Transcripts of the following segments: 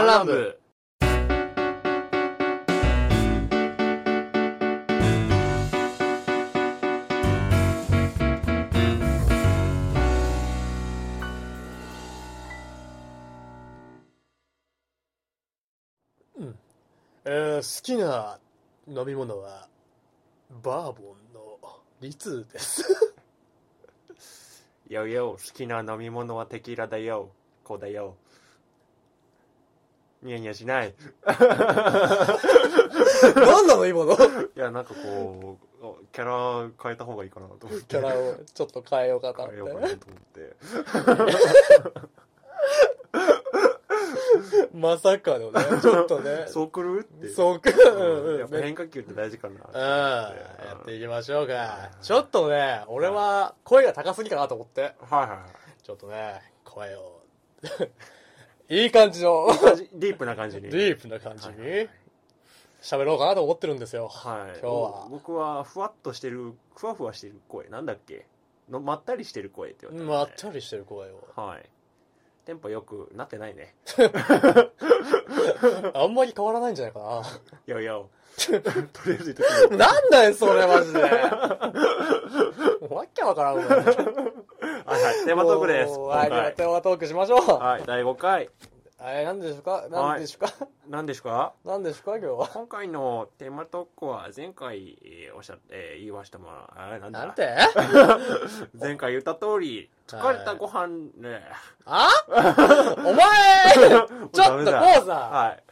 ダンランブえー好きな飲み物はバーボンのリツですよよ、好きな飲み物はテキーラだよ。こうだよ。ニヤニヤしない。何なの今 のいや、なんかこう、キャラ変えた方がいいかなと思って。キャラをちょっと変えようかなっ変えようかなてと思って。まさかのねちょっとねそうくるって。そうか、うんうやっん、ぱめ変化球って大事かうん、な。やっていきましょうか。うんちょっとね、俺は声が高すぎかなと思って。はいはちょっとね、声を。 いい感じの、いはい。ディープな感じに。 ディープな感じはいはいに喋ろうかなと思ってるんですよ。はい。今日は僕は、ふわっとしてる、ふわふわしてる声。なんだっけのまったりしてる声って言われた、ね。まったりしてる声を。はい。テンポよくなってない ね。あんまり変わらないんじゃないかよよ。 とりあえず言っとくな。なんだよ、それマジで。わっけわからんわ。はいはい。テーマトークです。もう今はい、回ではテーマトークしましょう。はい、第5回。え、なんでしょうかなんでしょうか何ですかなんでしょうか今日は。今回のテーマトークは前回、えーおっしゃえー言わしたもらあれなんだなんて前回言った通り、疲れたご飯ね。 あお前ちょっとこうさ、はい。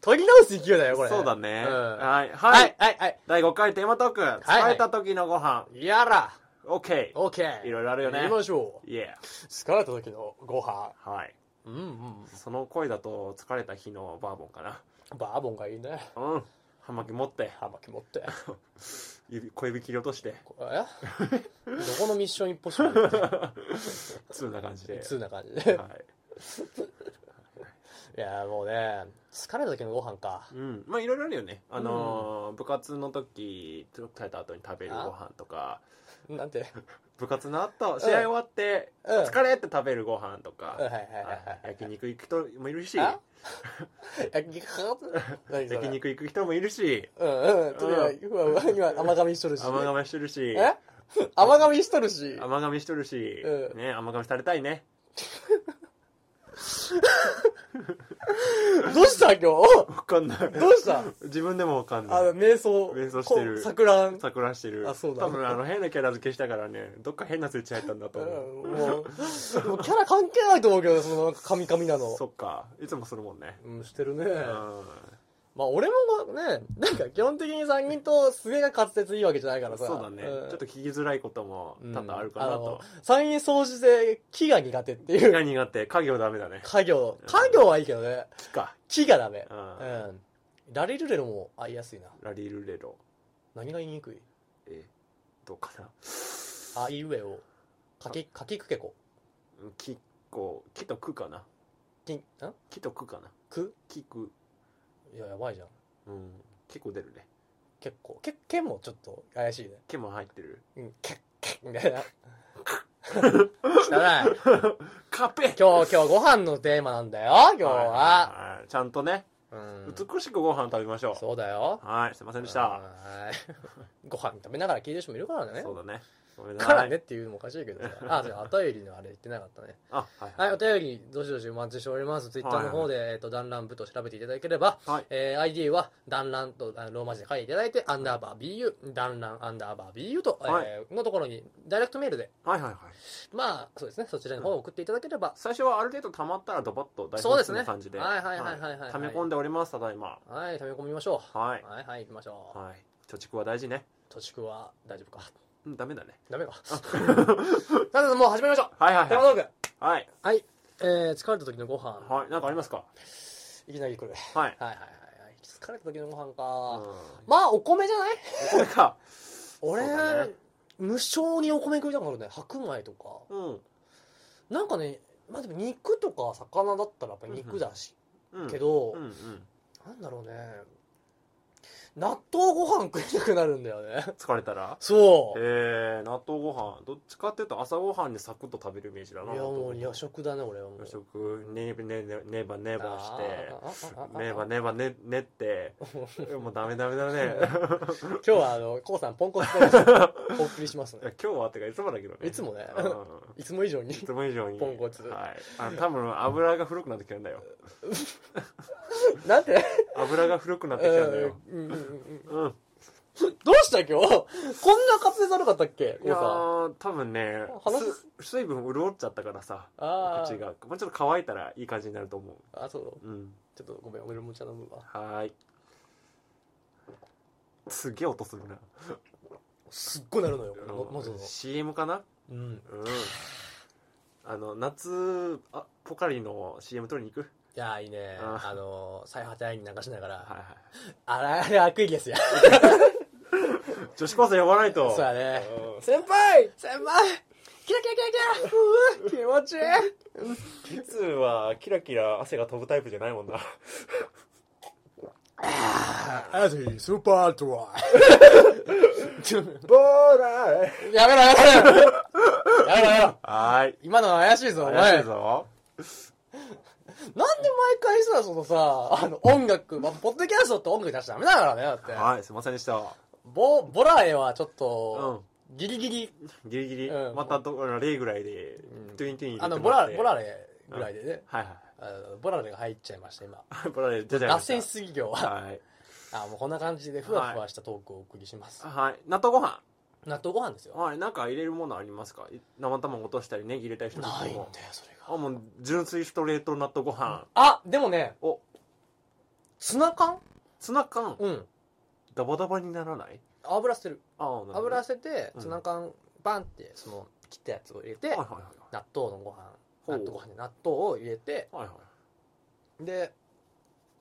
取り直す勢いだよ、これ。そうだね。うんはい。ははいい。、はい、はい。第5回テーマトーク。い疲れた時のご飯。やら、 OK。オッケー。いろいろあるよね行きましょう。イエ疲れた時のご飯。ー。はい。うんうん。その声だと疲れた日のバーボンかな。バーボンがいいね。うん。葉巻持って、葉巻持って。指小指切り落として、これどこのミッション一歩しかないツーな感じで。通な感じで。はい。いや、もうね、疲れた時のご飯か。うん、まあいろいろあるよね、あのー部活の時疲れた後に食べるご飯とかなんて。部活の後試合終わってうん疲れって食べるご飯とはいはいか、はいあはい。焼肉行く人もいるしあ焼肉かかって何それ焼肉行く人もいるしうんうん。とりあえず、ふわふわ今甘噛みしとるし。甘噛みしてるしえ甘噛みしとるし。甘噛みしてるし、うんね、甘噛みされたいねどうした今日どわかんないうした自分でもわかんなあの、い瞑想。瞑想してるこう桜。うん桜してるあそうだ多分あの変なキャラ付けしたからねどっか変なスイッチ入ったんだと思う、もう、もうキャラ関係ないと思うけど、その、カミカミなの。そっかいつもするもんね、うん、してるね。うんまあ、俺もね、なんか基本的に3人と末が滑舌いいわけじゃないからさ。そうだね、んちょっと聞きづらいことも多々あるかなと、三人掃除で木が苦手っ木て いう。が苦手家業ダメだね家業。家業はいいけどね。木か木がダメ。ううんん。ラリルレロも合いやすいな。ラリルレロ何が言いにくいえどうかなあいうえを。かき、かきくけこ。うん木こう木とくかなきん、ん木とくかなく木くいや、やばいじゃん。うん結構出るね結構。け、けもちょっと怪しいね。毛も入ってるうん、け、け、みたいな。汚い。カペ今日、今日ご飯のテーマなんだよ、今日は。いちゃんとねうん。美しくご飯食べましょう、そうだよ。はいすいませんでした、はーい。 ご飯食べながら聞いてる人もいるからね。そうだねごめんなさかいらねっていうのもおかしいけどさ。あ、じゃあ、お便りのあれ言ってなかったね。あはいはい、お便り、どしどしお待ちしております。ツイッターの方で、えっと、団らん部と調べていただければ、はいえー ID は、団らんと、あのローマ字で書いていただいて、アンダーバー BU、団らんアンダーバー BU と、はいえーのところに、ダイレクトメールで、はいはいはいまあ、そうですね、そちらの方を送っていただければ、最初はある程度溜まったらドバッと大そうで丈すねな感じではいはいはいはいはい溜め込んでおりますただいまはい、溜め込みましょう。はいはい、はい、行きましょう。はい貯蓄は大事ね貯蓄は大丈夫か。うんダメだね ダメか。なので、もう始めましょう。はいはいテーマはトいーク。はいはい。えー、疲れた時のご飯。はいなんかありますかいきなり来る。はいはいはいはいはい。疲れた時のご飯うんか。こまあ、お米じゃないれか俺、そうだね無性にお米食いたくなるね。白米とか。うんなんかね、まあでも肉とか魚だったらやっぱ肉だし。うんけど、うんうんなんだろうね。納豆ご飯食いたくなるんだよね疲れたらそうえー、納豆ご飯どっちかっていうと朝ごはんにサクッと食べるイメージだないやも納う豆ご飯夜食だね俺はもう夜食ねばねばねばねばしてしてねばねばねねって もうダメダメだね今日はあのコウさんポンコツだからお送りしますいやね今日はってかいつもだけどねいつもねうんいつも以上にい つも以上にポンコツはいあ多分油が古くなってきてるんだよなんて油が古くなってきてるんだようんうんうんうんうんどうした今日 こんな活躍さなかったっけいコウやさんー多分ね話す水分潤っちゃったからさあ口ーがもうちょっと乾いたらいい感じになると思あそうううんちょっとごめん俺もお茶飲むわはーいすげえ音するなすっごいなるのよあまのずの CM かなうんうんあの夏あポカリの CM 撮りに行くいやーいいねあーあのー最果て愛に流しなはがらいはあれあれ悪意ですよい女子高生呼ばないとそうやねう先輩先輩キラキラキラキラうわ気持ちいんいリツはキラキラ汗が飛ぶタイプじゃないもんなアディスーパードラ イボーラー やめろやめろやめろやめろやめろはーい今のは怪しいぞお前怪しいぞなんで毎回さそのさあの音楽、まあ、ポッドキャストって音楽出しちゃダメだからねだってはいすいませんでしたボボラエはちょっうんと、ギリギリギリギリ、うんまたどこら例ぐらいで、うんトゥイントゥイン入れてあのもボらラってボラレぐらいでね、はいはあのボラレが入っちゃいました今い ボラで出ちゃいま脱した線しすぎ今日ははいあもうこんな感じでふわふわしたトークをお送りします、はい納豆ご飯納豆ご飯ですよはいなんか入れるものありますかい生卵落としたりネギ入れたりしてもないんだよそれあがもう純粋ストレート納豆ご飯あでもねおツナ缶ツナ缶うんダバダバにならない油捨てるああ油捨ててうんツナ缶バンってその切ったやつを入れて、はいはいはい納豆のご飯ほう納豆ご飯に納豆を入れてはいはいで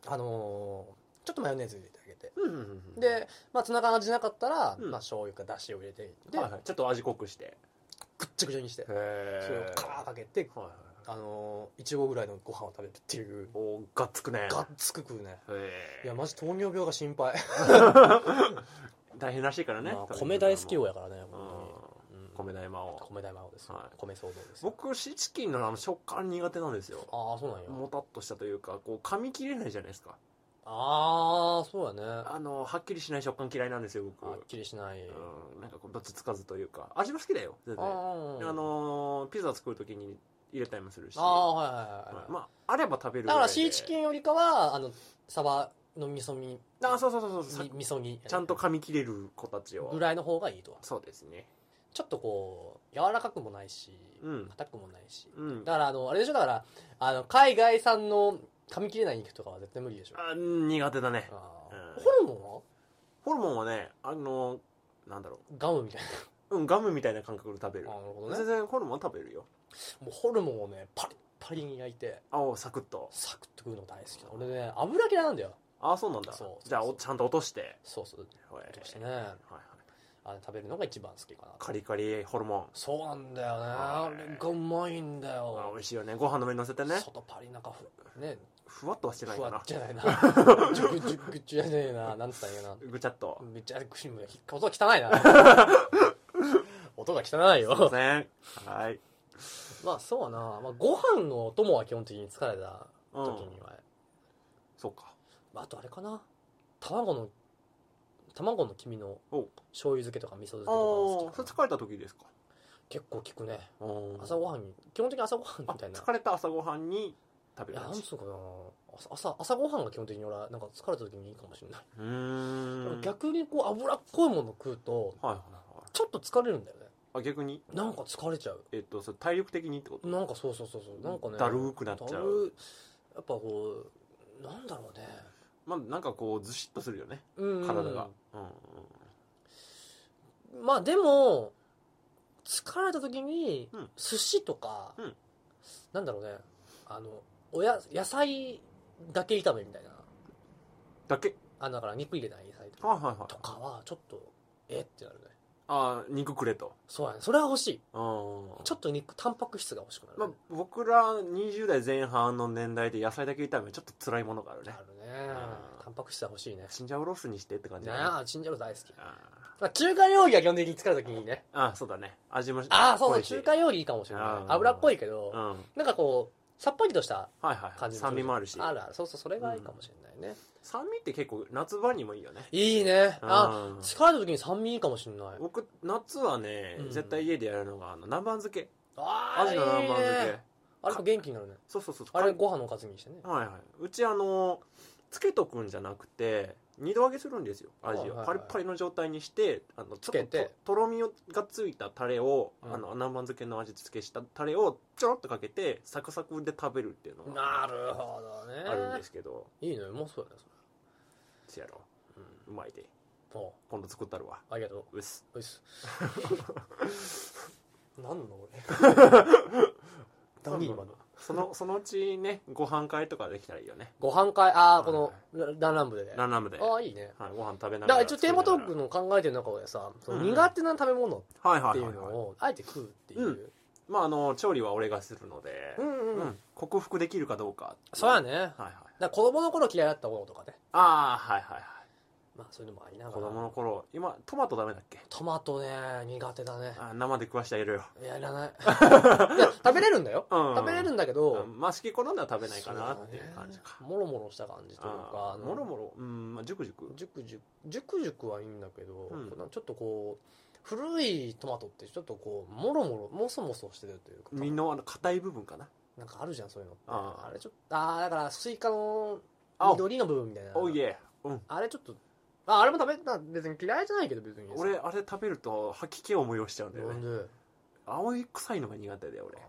あのーちょっとマヨネーズ入れてあげてうんうんうんうんで、まあ、ツナ缶味なかったら、うんまあ、醤油かだしを入れてで、はいはいちょっと味濃くしてへぐっちゃぐちゃにしてそれをえカーかけて、はいはいあのーいちごぐらいのご飯を食べるっていうおーがっつくねがっつく食うねへえいやマジ糖尿病が心配、大変らしいからね、まあ、米大好きよよやからね本当に、うん米大魔王米大魔王ですよ、はい米騒動ですよ僕シチキンのあの食感苦手なんですよああそうなんやもたっとしたというかこう噛み切れないじゃないですかああそうやねあのはっきりしない食感嫌いなんですよ僕はっきりしない、うんなんかこうどっちつかずというか味も好きだよ全然ああーのーピザ作る時に入れたりもするしああはいはいはい、はいまああれば食べるだからシーチキンンよりかはあのサバの味噌煮あそうそうそうそうみ味噌煮ちゃんと噛み切れる子たちをぐらいの方がいいとはそうですねちょっとこう柔らかくもないしうん硬くもないしうんだからあのあれでしょだからあの海外産の噛み切れない肉とかは絶対無理でしょあー苦手だねあーうんホルモホルモンはねあのーなんだろンはガムみたいなううんガムみたいな感覚で食べるあーなるほど全ね然ホルモンは食べるよもうホルモンをねパリッパリに焼いて青サクッとサクッと食うの大好きな俺ね油嫌いなんだよああそうなんだそうそうそうじゃあおちゃんと落としてそうそうほえ落としてはいねはい、あれ食べるのが一番好きかなカリカリホルモンそうなんだよねあはいれがうまいんだあ美よ味しいよねご飯の上に乗せてね外パリ中ふねふわっとはしてないふかわなっじゃないなぐちゅぐちゅぐちゅじゃねえななんつったんやなぐちゃっとめっちゃクシム音 が汚いな音が汚いすいまよせんはい、まあそうやな、まあ、ご飯のお供は基本的に疲れたうん、時には、そうかまあ、あとあれかな卵の卵の黄身のおう醤油漬けとか味噌漬けああとかそ好れ疲れきかなた時ですか結構効くね朝朝ごはんに基本的に朝ごはんみあたいな疲れた朝ごはんに食いべやるなやんつつうかな朝朝朝ごはんが基本的に俺はなんか疲れた時にいいかもしれないうーん逆にこう脂っこいもの食うとはいはいはいちょっと疲れるんだよねあ逆になんか疲れちゃうえっとそれ体力的にってことなんかそうそうそうそうなんかねだるーくなっちゃうだるーやっぱこうなんだろうねまあなんかこうずしっとするよねうん体がうんうんまあでも疲れた時にうん寿司とか、うんなんだろうねあのおや野菜だけ炒めみたいなだけあだから肉入れない野菜とかはいはいはいとかはちょっとえってなるねああ肉くれとそうやねそれは欲しいうんちょっと肉タンパク質が欲しくなる、まあ、僕ら20代前半の年代で野菜だけ炒めはちょっと辛いものがあるねあるねうんタンパク質は欲しいねチンジャオロースにしてって感じだねなあチンジャオロース大好き、あまあ、中華料理は基本的に作るときにねーあーそうだね味もああそう濃そういし中華料理いいかもしれなういん油っぽいけうどんなんかこうさっぱりとしたはいは感いじの酸味もあるしあるあるそうそうそれがいいかもしれないね、酸味って結構夏場にもいいよねいいねあうん疲れた時に酸味いいかもしれない僕夏はね、うん絶対家でやるのがあの南蛮漬けあアあいジいの南蛮漬けねあれと元気になるねそうそうそうあれご飯のおかずにしてねはいはいうちあのつけとくんじゃなくて二度揚げするんですよアジを、はいはいはいパリパリの状態にしてあのちょっとつけてととろみがついたタレを、うんあの南蛮漬けの味付けしたタレをちょろっとかけてサクサクで食べるっていうのがなるほどねあるんですけど、いいねうまそうだねせやろ、うんうまいでそれおう今度作ったるわありがとううっすおいっ す何の俺何今のそ のそのうちねご飯会とかできたらいいよねご飯会ああはいこのランラン部でねランナムで、あはあいいねい、ご飯食べながだからら一応テーマトークっの考えてる中でさそのうんうん苦手な食べ物ってていいううののををあえて食うっていうまああの調理は俺がするので、うんうんうん克服できるかどうかそうやねだかはいはいら子供の頃嫌いだったものとかねああはいはいはまあそういうのもありながいら子供の頃今トマトダメだっけトマトね苦手だねあー生で食わしてあげるよ、いやい らないいや食べれるんだようん食べれるんだけうどんまあ好き好んだら食べないかなっていう感じか、そうだねもろもろした感じというかああーのもろもろうんまあじゅくじゅく熟熟熟熟はいいんだけど、うんこうなんちょっとこう古いトマトってちょっとこうもろもろもそもそしてるというか身のあの硬い部分かななんかあるじゃんそういうのってあああれちょっとああだからスイカのあ緑の部分みたいなおいえうんあれちょっとああれも食べた別に嫌いじゃないけど別にさ俺あれ食べると吐き気を催しちゃうんだよなんねで青い臭いのが苦手だよあ俺ー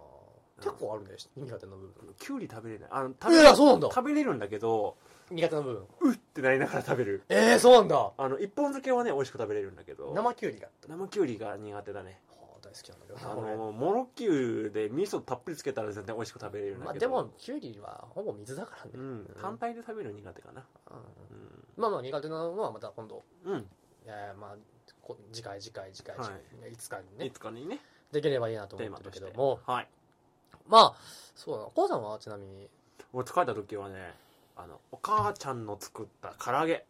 結構あるね苦手な部分きゅうり食べれないあの食いべやそうなんだ食べれるんだけど苦手な部分うってなりながら食べるええー、そうなんだあの一本漬けはね美味しく食べれるんだけど生きゅうりが生きゅうりが苦手だねはあ大好きなんだけどあこれのもろきゅうで味噌たっぷりつけたら全然美味しく食べれるんまだあけでど、もきゅうりはほぼ水だからね、うん、単体で食べるの苦手かなうんうん、まあまあ苦手なのはまた今度うんいやいやまあこ次回次回次回、、はいいつかにいねつかにねできればいいなとテー思マってとるけしてどもはいまあそうだなお父さんはちなみに俺疲れた時はねあのお母ちゃんの作った唐揚げ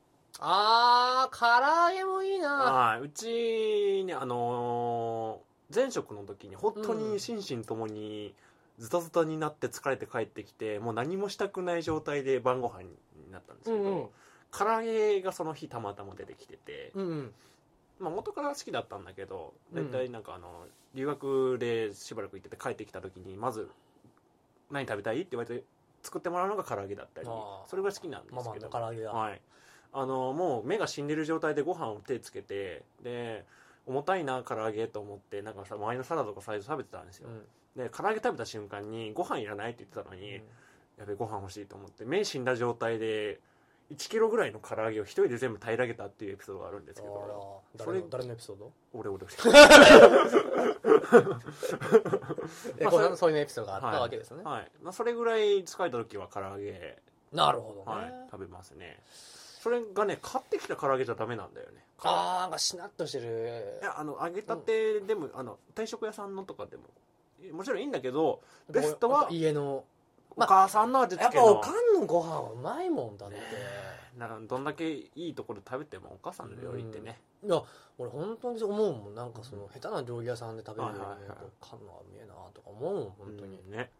あー唐揚げもいいなはいうちねあのー前職の時に本当に心身ともにズタズタになって疲れて帰ってきてもう何もしたくない状態で晩ご飯になったんですうけど、んうん唐揚げがその日たまたま出てきてて、うんうんまあ、元から好きだったんだけどう大ん体なんかあの留学でしばらく行ってて帰ってきた時にまず「何食べたい?」って言われて作ってもらうのが唐揚げだったりああそれが好きなんでマすマけのど唐揚げが、はい、あのもう目が死んでる状態でご飯を手つけてで重たいな唐揚げと思ってなんかさ周りのサラダとかサイズ食べてたんですうよ、んで唐揚げ食べた瞬間にご飯いらないって言ってたのに、うんやべえご飯欲しいと思って目死んだ状態で1キロぐらいの唐揚げを一人で全部平らげたっていうエピソードがあるんですけあどそら誰れの誰のエピソード俺俺えまあこそうれなんそういうエピソードがあったはいわけですね、はい、まあ、それぐらい疲れた時は唐揚げ、なるほどね、はい、食べますねそれがね買ってきた唐揚げじゃダメなんだよねあーなんかしなっとしてるいやあの揚げたてでも、あの定食屋さんのとかでもえもちろんいいんだけどベストやっはぱ家のお母さんの味付やっけぱの、おかんのご飯はうまいもんだって、なんかどんだけいいところで食べてもお母さんの料理ってね、いや俺本当に思うもんなんかその下手な料理屋さんで食べるよりはいはいはいかんのはうめえなとか思うもん本当に、うんね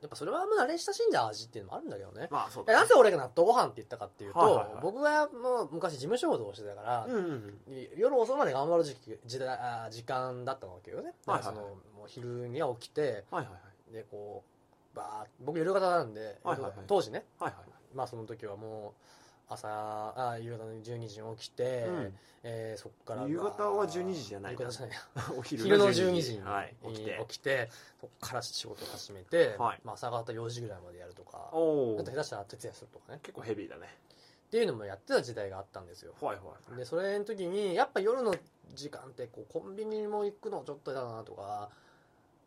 やっぱそれはもう慣れ親しんだ味っていうのもあるんだけどねまあそうえだなねぜ俺が納豆ご飯って言ったかっていうと、はいはいはい僕がもう昔事務仕事をしてたから、うんうんうん夜遅くまで頑張る時期時代あ時間だったわけよね、はいはいはいだからそのもう昼には起きてはいはいはいでこうバーッ僕夜型なんで、はいはいはい当時ねはいまあその時はもう朝あ夕方の12時に起きて、はい、えーそこから夕方は12時じゃない夕方じゃないうん、お昼昼の12時にはい、起きて起きてそこから仕事を始めて、はいまあ、朝方4時ぐらいまでやるとかおあおと下手したら徹夜するとかね結構ヘビーだねっていうのもやってた時代があったんですよはいはいでそれの時にやっぱ夜の時間ってこうコンビニも行くのちょっとだなとか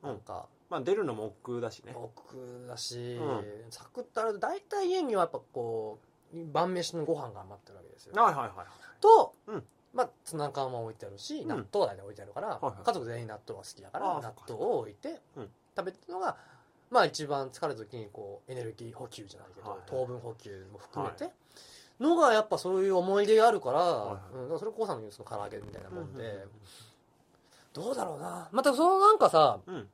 うんなんかまあ出るのも億劫だしね僕だし、うサクッとある大体家にはやっぱこう晩飯のご飯が余ってるわけですよはいはいはいと、うんまあ、ツナ缶は置いてあるし、うん納豆は大体置いてあるから、はいはい家族全員納豆が好きだからあー納豆を置いてうん食べてるのが、まあ、一番疲れた時にこうエネルギー補給じゃないけど、はいはい糖分補給も含めて、のがやっぱそういう思い出があるかいら,、うん、だからそれこうさんの言うその唐揚げみたいなもんで、うんうんうんどうだろうなまたそのなんかさうん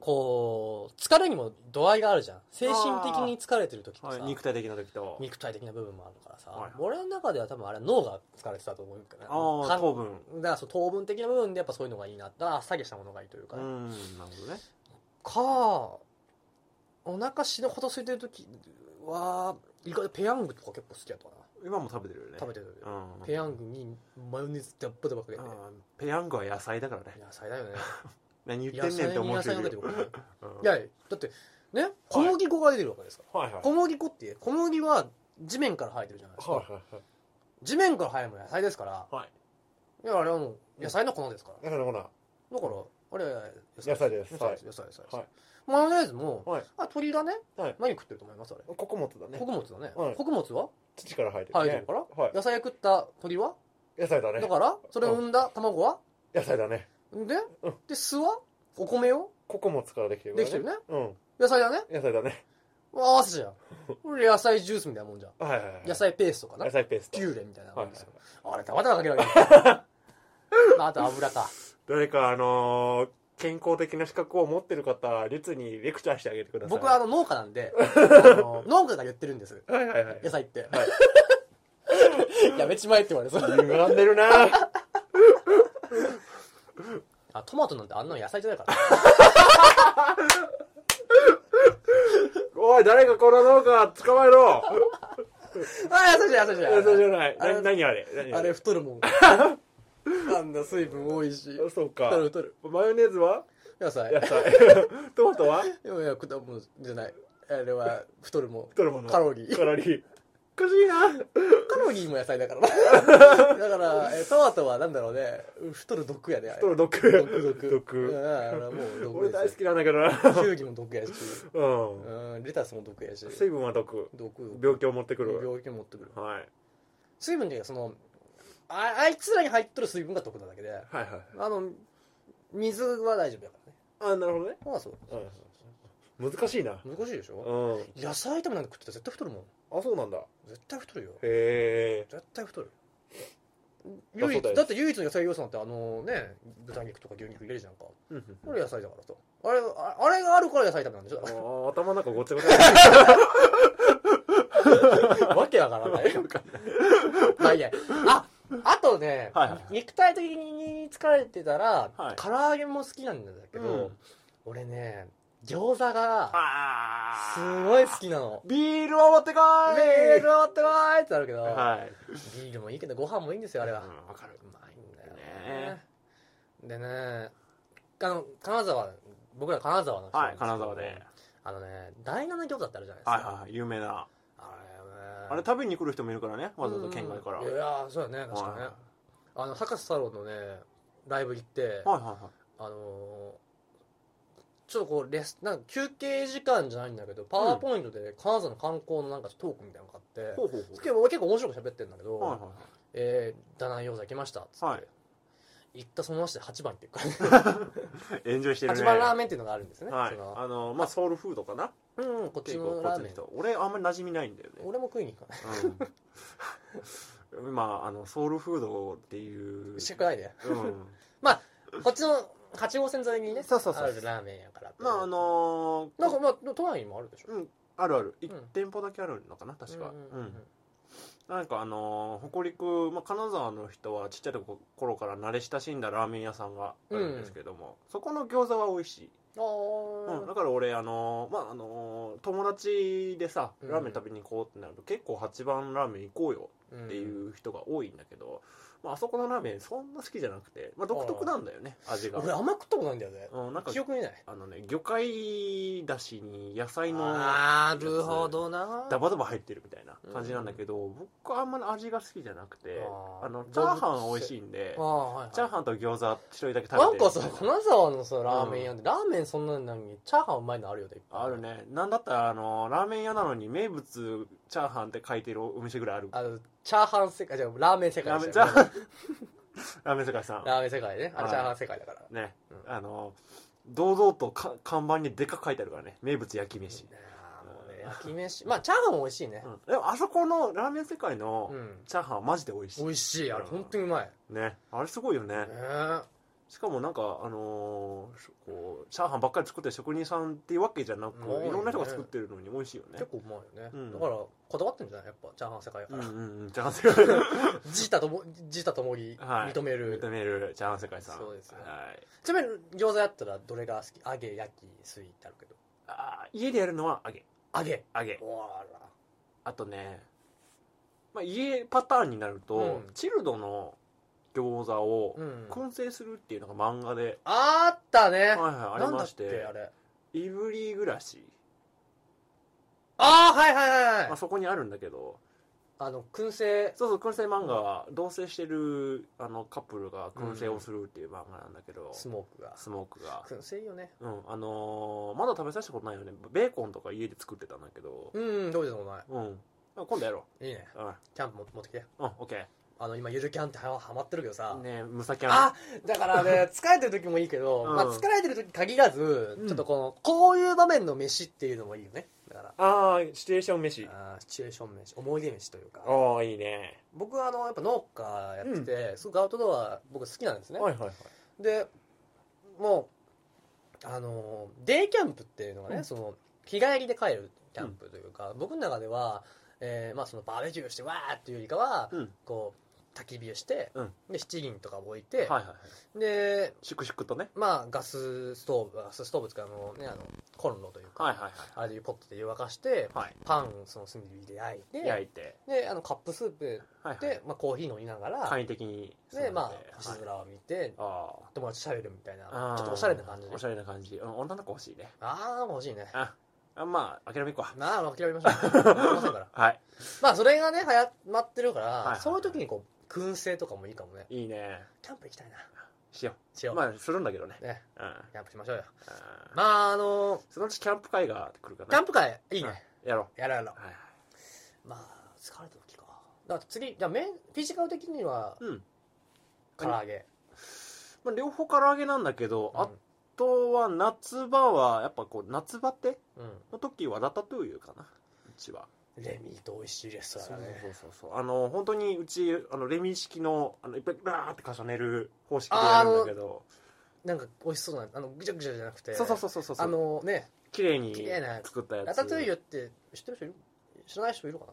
こう疲れにも度合いがあるじゃん精神的に疲れてる時ってはい、さ肉体的な時と肉体的な部分もあるからさ、はいはい俺の中では多分あれは脳が疲れてたと思うからああか糖分だからそう糖分的な部分でやっぱそういうのがいいなああっさりしたものがいいというか、うんなるほどねかお腹死ぬほど空いてる時は意外とペヤングとか結構好きやったかな今も食べてるよね食べてる、うんペヤングにマヨネーズダッバダバかけて、うんペヤングは野菜だからね野菜だよね何言っ野てんねんっ菜てに思う野人い菜るかよけてるからね うんいやいやだってね小麦粉が出てるわけですから、はいはい。小麦粉って小麦は地面から生えてるじゃないですか、はいはいはい。地面から生えるもん野菜ですから、、はいやあれはもう野菜の粉ですから、だからほら、だからあれは野菜です野菜ですは野菜です野菜です、はいマヨネーズも、はいあ鳥がね、はい何食ってると思いますあれ穀物だね穀。物だね、はい穀物は土から生えてる、生ね。えてるから、はい。野菜食った鳥は野菜だねだ。からそれを産んだ卵は、野菜だね。でうんで巣はお米を穀物からできてるから、できてるねうん。野菜だね野菜だね。わあすじゃん 俺野菜ジュースみたいなもんじゃんはいはいはい。野菜ペーストかな野菜ペースト。キューレみたいなはもいんはですよ、い。あれたまたまかける わけまああと油か誰かあのー健康的な資格を持ってる方リツにレクチャーしてあげてください僕はあの農家なんで あの農家が言ってるんですはいはいはい野菜って、 やめちまえって言われそう歪んでるなあトマトなんてあんなの野菜じゃないからおい誰かこの農家捕まえ ろ あ野菜じゃない野菜じゃないそうじゃないあれな何あれ何あれ太るもん あんな水分多いしあそうか太る太るマヨネーズは野菜野菜 トマトはいやいや果物じゃないあれ は太るもん太るものカロリーカロリーおかしいなカロリーも野菜だからな だからえトマトはなんだろうね太る毒やであれ太る毒毒毒毒うんあれはもう毒俺大好ですきなんだけ どな よキュウリも毒やしうんうんレタスも毒やし水分は毒毒病気を持ってくる病気持ってくるはい水分っていうかそのああいつらに入っとる水分が毒なだけではいはいあの水は大丈夫だからねあなるほどねまあそううん難しいな難しいでしうょん野菜炒めなんて食ってたら絶対太るもんあそうなんだ絶対太るよへえ絶対太るだ唯そうだ一よだって唯一の野菜要素なんてあのね豚肉とか牛肉入れるじゃんかこれ野菜だからとあれああれがあるから野菜炒めなんでしょあ頭の中ごち ゃごちわけわからないまあいいやああとね、はいはい肉体的に疲れてたら、はい唐揚げも好きなんだけど、うん俺ね餃子がゃすごい好きなのビールを持ってこいメールあってこいってあるけど、はいビールもいいけどご飯もいいんですよあれは、うんわかるうまいんだよねでねあの金沢僕ら金沢の人なんはでいすけど金沢であのね第七餃子ってあるじゃないですか、はいはい有名なああれれね食べに来る人もいるからねわざわざ県外からうんいやーそうだね確かね、はいあの博士太郎のねライブ行って、はいはいはいあのーちょっとこうレスなんか休憩時間じゃないんだけどパワーポイントで金沢の観光のなんかトークみたいなのがあって、ほうほう結構結構面白く喋ってるんだけほど、うはいはいはいえー、ダナン餃子行きましたっつって、はい行ったその足で8番っていうか、 エンジョイしてるね八番ラーメンっていうのがあるんですね、はいそのあのまあソウルフードかなうんこっち結の構ラポーツメリンと俺あんまり馴染みないんだよね俺も食いに行かないうん 今あのソウルフードって いうしくないねうんこっちの八号線沿いにねそうそうそうあるラーメンやからまああのーなんかまあ都内にもあるでしょうんあるあるん1店舗だけあるのかな確かうんうんなんかあのー北陸、まあ、金沢の人はちっちゃい頃から慣れ親しんだラーメン屋さんがあるんですけども、そこの餃子は美味しい、うんうんあだから俺あのーまああのー友達でさうんラーメン食べに行こうってなると結構八番ラーメン行こうよーっていう人が多いんだけど、まああそこのラーメンそんな好きじゃなくて、まあ、独特なんだよね味俺が、あんま食ったことないんだよねうん、なんか記憶にないあのね魚介だしに野菜のなるほどなダバダバ入ってるみたいな感じなんだけど、僕はあんまり味が好きじゃなくてあーあのチャーハン美味しいんであーはいはいチャーハンと餃子一人だけ食べてなんかさ金沢のさラーメン屋でラーメンにそんなのにチャーハンうまいのあるよねいっぱいあるねなんだったらあのラーメン屋なのに名物チャーハンって書いてるお店ぐらいあるあのチャーハン世界じゃあラーメン世界ラーメンでチすャよーハンラーメン世界さ ラーメン世界ねあはれいチャーハン世界だからんね、うんあの堂々とか看板にでっかく書いてあるからね名物焼き飯、あーもうね焼き飯まあチャーハンも美味しいねうんでもあそこのラーメン世界のうんチャーハンはマジで美味しい、美味しいあれ本当にうまいねあれすごいよね、ねえしかもなんかあのーしこうチャーハンばっかり作ってる職人さんっていうわけじゃなくうんいろんな人が作ってるのに美味しいよね結構うまいよねうんだからこだわってんじゃないやっぱチャーハン世界だうかんらうんうんチャーハン世界自他とも自他ともにはい認める認めるチャーハン世界さんそうですよはいちなみに餃子やったらどれが好き揚げ焼きスイーってあるけどあー家でやるのは揚げ揚げ揚げおららあとね、まあ、家パターンになると、うんチルドの餃子をうん燻製するっていうのが漫画で、あったねはいはいありなんだまっしてけあれいぶり暮らし、ああはいはいはいまはあ、いそこにあるんだけどあの燻製そうそう燻製漫画は同棲してるあのカップルが燻製をするっていう漫画なんだけど、スモークがスモークが、燻製いいよねうんあのーまだ食べさせたことないよねベーコンとか家で作ってたんだけど、うんどうでもなうん、あ今度やろいいいねううん、うん、キャンプも持ってきてオッケあの今ゆるキャンってはハマってるけどさーねむさきゃんあだか らね疲れてる時もいいけど、うんまあ、疲れてる時限らず、うんちょっとこのこういう場面の飯っていうのもいいよねだからあーシチュエーション飯あーシチュエーション飯思い出飯というかああいいね僕はあのやっぱ農家やってて、すごくアウトドア僕好きなんですね、はいはいはいでもうあのデイキャンプっていうのがね、うんその日帰りで帰るキャンプというか、僕の中では、えーまあ、そのバーベキューしてわーっていうよりかは、うんこう焚き火をして、うんで七輪とかを置いて、はいはいはいで粛々とねまあガスストーブガスストーブというかあの、ね、あのコンロというか、はいはいああいうポットで湯沸かしてはいはいパンその炭火で焼いて焼いてであのカップスープはいはいで、まあ、コーヒー飲みながら、簡易的にでまはいあ星空を見てあー友達と喋るみたいなあーちょっとおしゃれな感じでおしゃれな感じうん女の子欲しいねああ欲し いねああまあ諦めっかまあ諦めましょう諦めませ んからはいまあそれがねはやまってるから、いはいそういう時にこう燻製とかもいいかもねいいねキャンプ行きたいなしよしようう、まあするんだけどねねうんうんキャンプしましょうよまああのそのうちキャンプ会が来るかキなャンプ会いいね、やろやろうやろううはいはいまあ疲れた時かだから次じゃあメインフィジカル的にはうん唐揚げ、まあ両方唐揚げなんだけどうんあとは夏場はやっぱこう夏バテうの時はラタトゥーユかなうちはん、レミーと美味しいレストランだねそうそうそうそうあの本当にうちあのレミ式のあのいっぱいバーって重ねる方式でやるんだけどなんか美味しそうなあのぐちゃぐちゃじゃなくてそうそうそうそうそうあのね綺麗に綺麗な作ったやつラタトゥイユって知ってる人いる知らない人いるか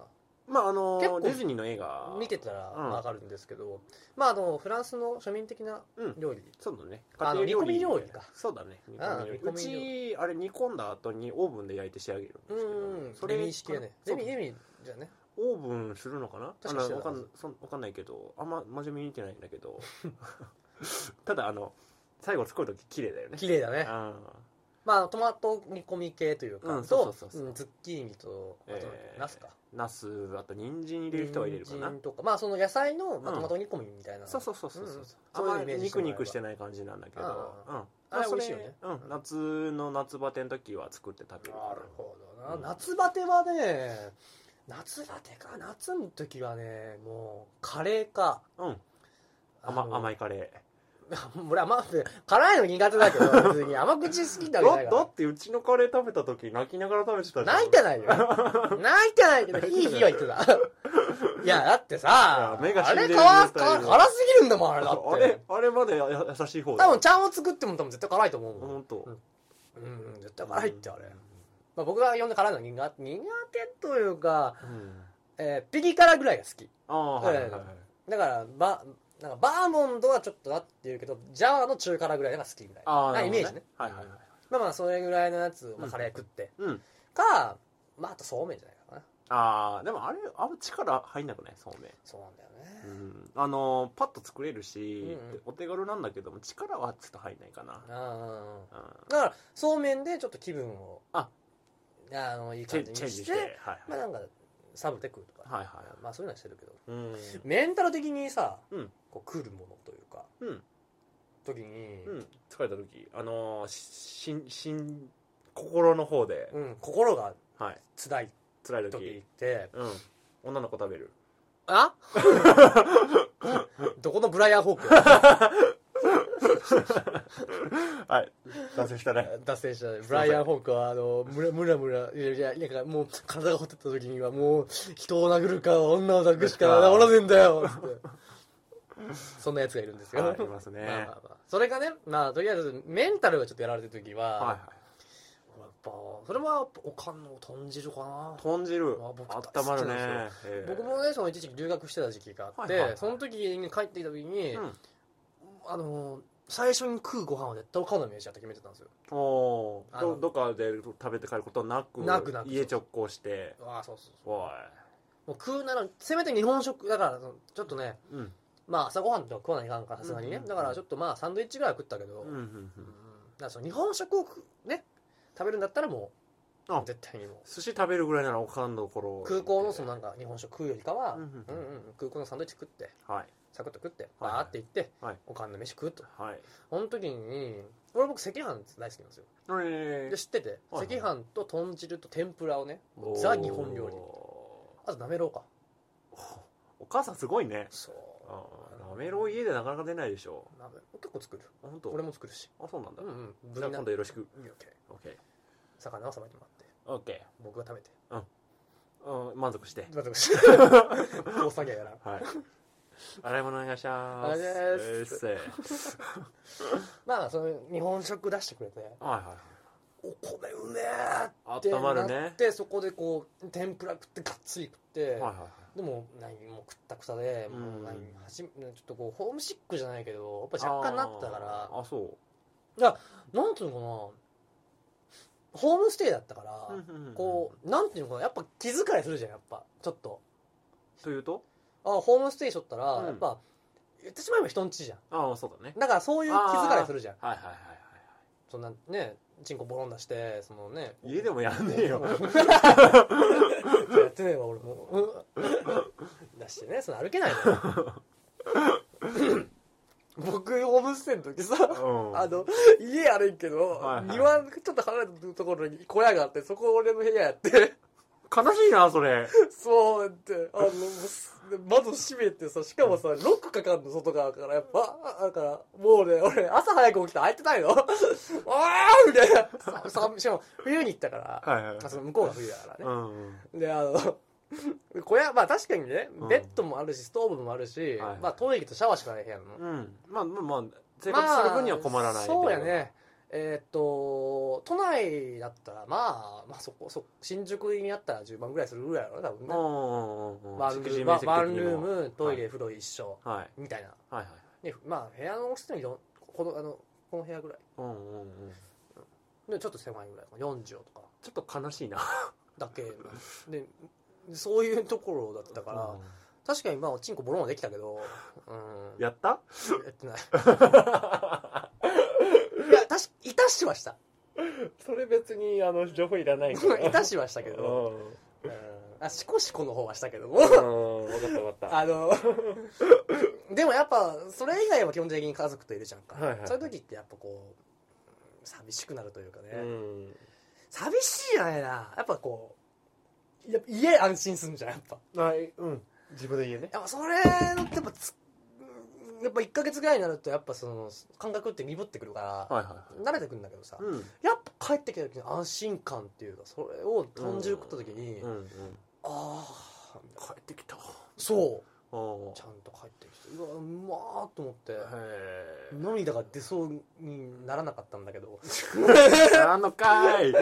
まああ結の構ディズニーの映画な見てたらうんわかるんですけど、まああのフランスの庶民的なうん料理、そうだねあの家庭煮込み料理かそうだね煮あ込あみ料理煮込うみ料ちあれ煮込んだ後にオーブンで焼いて仕上げるんですけうどんうんそれレミ式やねそレうミレミじゃねオーブンするのかな確かあしてのたわかんそんわかんないけどあんま真面目に見てないんだけど ただあの最後作る時綺麗だよね綺麗だねああまあトマト煮込み系というか、うんとそうそうそうそううんズッキーニとあとえーナスか、ナスあと人参入れる人は入れるかな人参とかまあその野菜の、まあ、うんトマト煮込みみたいな、そうそうそうそうそううんうんあんまそういうイメージ肉肉してない感じなんだけどあうんまあれそ美味しいよねうん夏の夏バテの時は作って食べるなるほどな、うん夏バテはね夏バテか夏の時はねもうカレーかうん甘甘いいカレ 俺甘くて辛いの苦手だ けど別に甘口好きだーけじゃないだかだらってうちのカレー食べた時泣きながら食べてたじゃん泣いてないよ 泣いてないけどいい日は言ってたいやだってさいや目があ死んでれる辛状態で辛すぎるんだもんあれだあっれてあれまでや優しい方だ多分ちゃんを作っても多分絶対辛いと思うもん本当うん絶対辛いってあれ、まあ、僕が呼んで辛いのは苦苦手というか、うんえーピリ辛ぐらいが好きああはいはいはいはいだからバなんかバーモンドはちょっとなって言うけどジャワの中辛ぐらいが好きぐらいああななるイほどメージねはいはいはいまあまあそれぐらいのやつを、うまあ、んカレー食って、うんか、まあ、あとそうめんじゃないかなああでもあれあんま力入んなくないそうめんそうなんだようね、んあのーパッと作れるし、うんうんお手軽なんだけども力はちょっと入んないかな、ああうんだからそうめんでちょっと気分をああのいいチェ感じンにチェンしジしててはいまあなんかサブで食うとか、はいはいまあそういうのはしてるけどうんメンタル的にさ、うんこう来るものというかうん時に、うん、疲れた時あのー、しししん心の方で、うん心がはい辛い辛い時時ってうん女の子食べるあ どこのブライアン・ホーはい完成したねク脱線したねブライアン・ホークはあのムラムラムラいやいやいやなんかもう体がほてった時にはもう人を殴るか女を殴るしか治らねえんだよってそんなやつがいるんですよ、ありますねまあまあまあそれがねまあとりあえずメンタルがちょっとやられてる時は、はいはやっぱそれはやっぱおかんの豚汁かない豚汁まあ僕あったまるね大ええ僕もねその一時期留学してた時期があっはいて、はいはいその時に帰ってきた時に、うんあのー最初に食うご飯は絶対おかんのイメージだって決めてたんですよおーあどのどっかで食べて帰ることなくなくなく家直行してああそうそうそうおもう食うならせめて日本食だからそのちょっとねいうんまあ朝ごはんとか食わないかんからさすがにね、うんうんうんだからちょっとまあサンドイッチぐらいは食ったけど、うんううんんうだんからその日本食を食うね食べるんだったらもうあ絶対にもう寿司食べるぐらいならおかんの頃空港のそのなんか日本食食うよりかは、ううんんううんんうんうん、空港のサンドイッチ食ってはいサクッと食ってはバいーって行って、はいおかんの飯食うとはいその時に俺僕赤飯大好きなんですよえで知ってては赤いはい飯と豚汁と天ぷらをねザ日本料理あとなめろうかお母さんすごいねそうあーなめろう家でなかなか出ないでしょなめ結構作るあ本当俺も作るしあそうなんだうんうんじゃあ今度よろしくオッケー OK 魚はさばいてもらって OK 僕が食べてうん満足して待ってこう作業やらんはい洗い物お願いしまおす願いしますうっせー まあその日本食出してくれてはいはいはいお米うめえあっってたまなるっねて、はいそこでこう天ぷら食ってがっつり食って、はいはいでも何もう食ったくさでもう何うんはじちょっとこうホームシックじゃないけどやっぱ若干なってたからあーあそなんていうのかなホームステイだったから、うこうなんていうのかなやっぱ気遣いするじゃんやっぱちょっとうというとあホームステイしとったら、うんやっぱ言ってしまえば人んちじゃんああそうだねだからそういう気遣いするじゃんはいはいはいはそんなねチンコボロン出してそのねい家でもやんねえ よやってねえわ俺もううんだしてねその歩けないのよ 僕ホームステイの時さうんあの家あるんけど、はいはい庭ちょっと離れたところに小屋があってそこ俺の部屋やって悲しいなそれそうやってあのもうす窓閉めてさしかもさロックかかんの外側からやっぱあだからもうね俺朝早く起きたら開いてないの ああみたいなささしかも冬に行ったから、はいはいはいあその向こうが冬だからね、うんうんであの小屋まあ確かにね、うんベッドもあるしストーブもあるし、はいまあトイレとシャワーしかない部屋なの、うんまあまあまあ生活する分には困らないまあそうやねえーっと都内だったらまあ、まあ、そこそ新宿にあったら10万ぐらいするぐらいだろうね多うんうん分ねうんうんワンル敷地ーム面ワ積的にもワンルームトイはレ、風呂一緒はいみたいなはいはいでまあ部屋の大きさにこのあのこの部屋ぐらいうんうんうんでちょっと狭いぐらい4畳とかちょっと悲しいなだけでそういうところだったから、うん確かにまあチンコボロンはできたけどうんや ったやってないいや確かいたしはしたそれ別にあの情報いらないい たしはしたけけどどうんあシコシコの方はしたけどもうん分かった分かったあのでもやっぱそれ以外は基本的に家族といるじゃんか、はいはいそういう時ってやっぱこう寂しくなるというかね、うん寂しいじゃないなやっぱこうやっぱ家安心すんじゃんやっぱはいうん自分で言えねやっぱそれのってやっぱつやっぱ1ヶ月ぐらいになるとやっぱその感覚って鈍ってくるから、はいはい慣れてくるんだけどさ、うんやっぱ帰ってきた時の安心感っていうかそれを豚汁食った時に、うんうんああ帰ってきたそうおちゃんと帰ってきてうわうまーと思ってへえ涙が出そうにならなかったんだけど あんのか ーい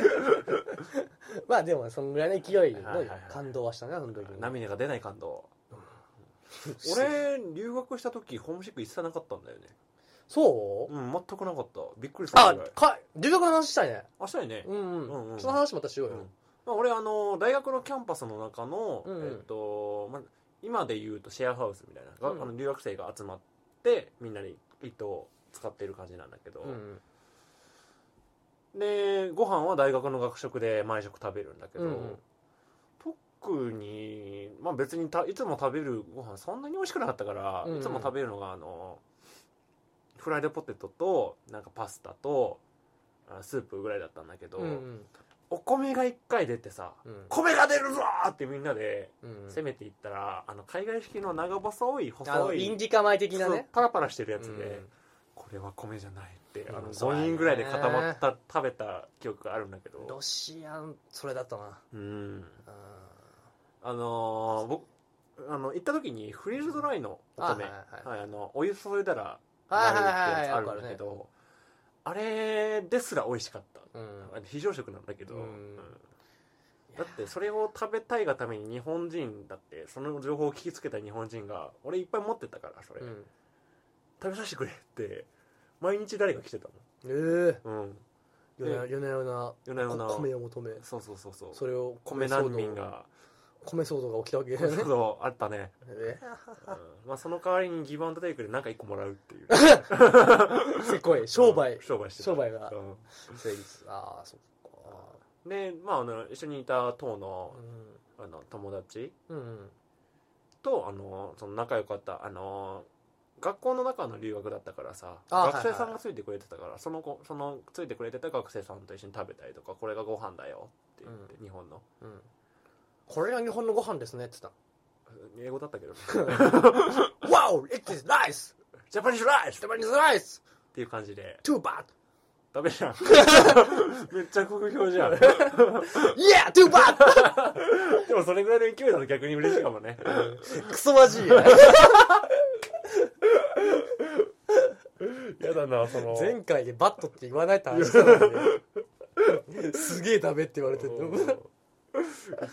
まあでもそのぐらいの勢いのはいはいはい感動はしたねその時に涙が出ない感動俺俺留学した時ホームシック一切なかったんだよねそううん全くなかったびっくりするあぐらいか留学の話したいねあしたよねうんうんうんうんその話またしよううよんまあ、俺あの大学のキャンパスの中の、うんうんえっとまあ、今で言うとシェアハウスみたいな、がうんあの留学生が集まってみんなで糸を使っている感じなんだけど、うんでご飯は大学の学食で毎食食べるんだけど、うんうん特に、まあ、別にたいつも食べるご飯そんなに美味しくなかったから、うんうんいつも食べるのがあのフフライドポテトとなんかパスタとあスープぐらいだったんだけど、うんお米が1回出てさうん「米が出るぞ!」ってみんなでうん攻めていったら、あの海外式の長細いあの細いインディカ米的なそうねパラパラしてるややつで、これは米じゃないって、あうのんそうだ5ね人ぐらいで固まった、食べた記憶があるんだけどロシアンそれだったなうんうんあのー僕あの行った時にフリーズドライのお米あはいははいあのお湯注いだらはいはいなるってやはいつはあいるんだねけど、あれですら美味しかった、うんあの非常食なんだけど、うんうんだってそれを食べたいがために日本人だってその情報を聞きつけた日本人が俺いっぱい持ってったからそれ、うん食べさせてくれって毎日誰が来てたええのうん夜な夜な夜な夜な夜なこ米を求めそうそうそうそうそれを米難民が米騒動が起きたわけ だそうよねそうあったね、えうんまあ、その代わりにギブアンドテイクで何か一個もらうっていうえすごい 商売 うん商売してた商売がうん成立ああそっかで、まあ、あの一緒にいた党のうんあの友達うんとあのその仲良かったあの学校の中の留学だったからさあ学生さはいんはがついてくれてたから、その子そのついてくれてた学生さんと一緒に食べたりとかこれがご飯だよって言って、日本のうんこれが日本のご飯ですねって言っ英語だったけどね た Wow! It is nice! ジャパニーズライス Japanese rice! っていう感じで Too bad! 食べるじゃん めっちゃ酷評じゃん Yeah! Too bad! でもそれぐらいの勢いだと逆に嬉しいかもね クソマジ やだなその前回でバットって言わないって話したの にすげえダメって言われてる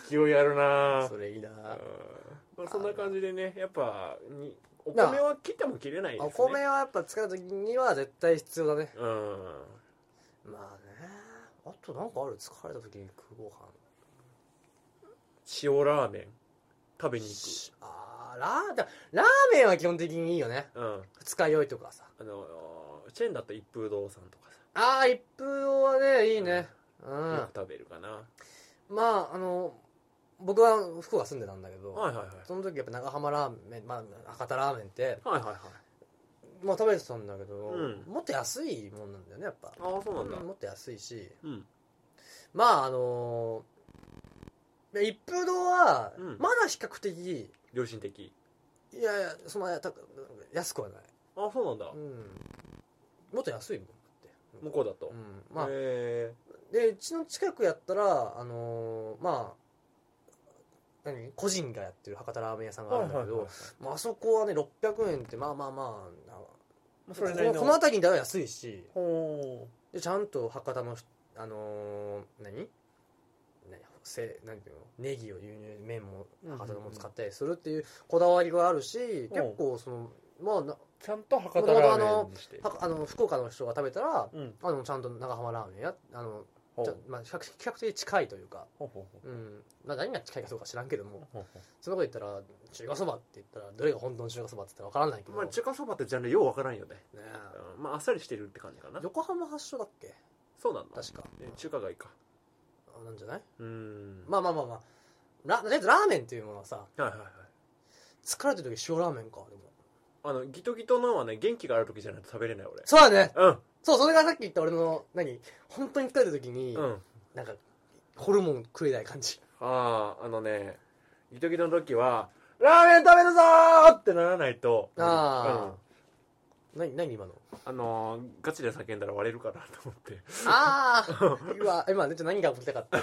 勢いあるなそれいいなまあ、そんな感じでねやっぱにお米は切っても切れないですねお米はやっぱ使う時には絶対必要だねうんまあねあとなんかある疲れた時に食うご飯塩ラーメン食べに行あーラーだラーメンは基本的にいいよねくうん二日酔いとかさあのチェーンだと一風堂さんとかさああ一風堂はねいいねうん、よく食べるかな、まああの僕は福岡住んでたんだけど、はいはいはいその時やっぱ長浜ラーメン、まあ、博多ラーメンってはいはいはいまあ食べてたんだけど、うんもっと安いもんなんだよねやっぱああそうなんだもっと安いしうんまああのー一風堂はうんまだ比較的、良心的いやいやそのた安くはない、ああそうなんだ、うん、もっと安いもんだって、向こうだと、うんまあ、へでうちの近くやったらあのーまあ何個人がやってる博多ラーメン屋さんえがあはいるんはいはだけいど、はいまああそこはね600円ってまあまあまあなまあそこれなりののこの辺りにだら安いしほでちゃんと博多のひあのー何何せ何ていうのネギを輸入麺も博多のもの使ったりするっていうこだわりがあるし、結構そのまあなうちゃんと博多多ララーーメメンにしてはあの福岡の人が食べたらうんあのちゃんと長浜ラーメンやあのほちゃうまあ、比較比較的近いというか、ほうほううんまあ、何が近いかどうか知らんけどもほうそのこと言ったら中華そばって言ったらどれが本当の中華そばって言ったら分からないけど、まあ中華そばってジャンルようわからんよね、ねうんまああっさりしてるって感じかえな横浜発祥だっけそうなんだ確かえ中華街かあなんじゃないうんまあまあまあまあラとりあえずラーメンっていうものはさはいはいはい疲れてる時塩ラーメンかでもあのギトギトのはね元気がある時じゃないと食べれない俺そうだねうんそうそれがさっき言った俺の何本当に疲れた時に、うんなんかホルモン食えない感じあああのねギトギトの時はラーメン食べるぞーってならないとあ何何今のうんあのーガチで叫んだら割れるかなと思ってああうわ 今ちょっと何が起きたかって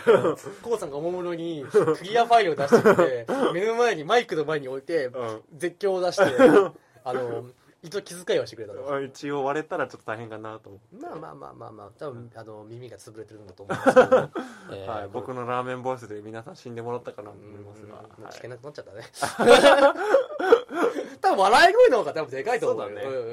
コウさんがおもむろにクリアファイルを出してきて目の前にマイクの前に置いてうん絶叫を出してあの一応気遣いはしてくれたのあ 一応割れたらちょっと大変かなと思ってまあまあまあまあまあ多分あの耳が潰れてるんだと思いますけど、えーはい、僕のラーメンボイスで皆さん死んでもらったかなとう思いますんが、もうはい聞けなくなっちゃったね 多分笑い声の方が多分でかいとそう思うだよね、うん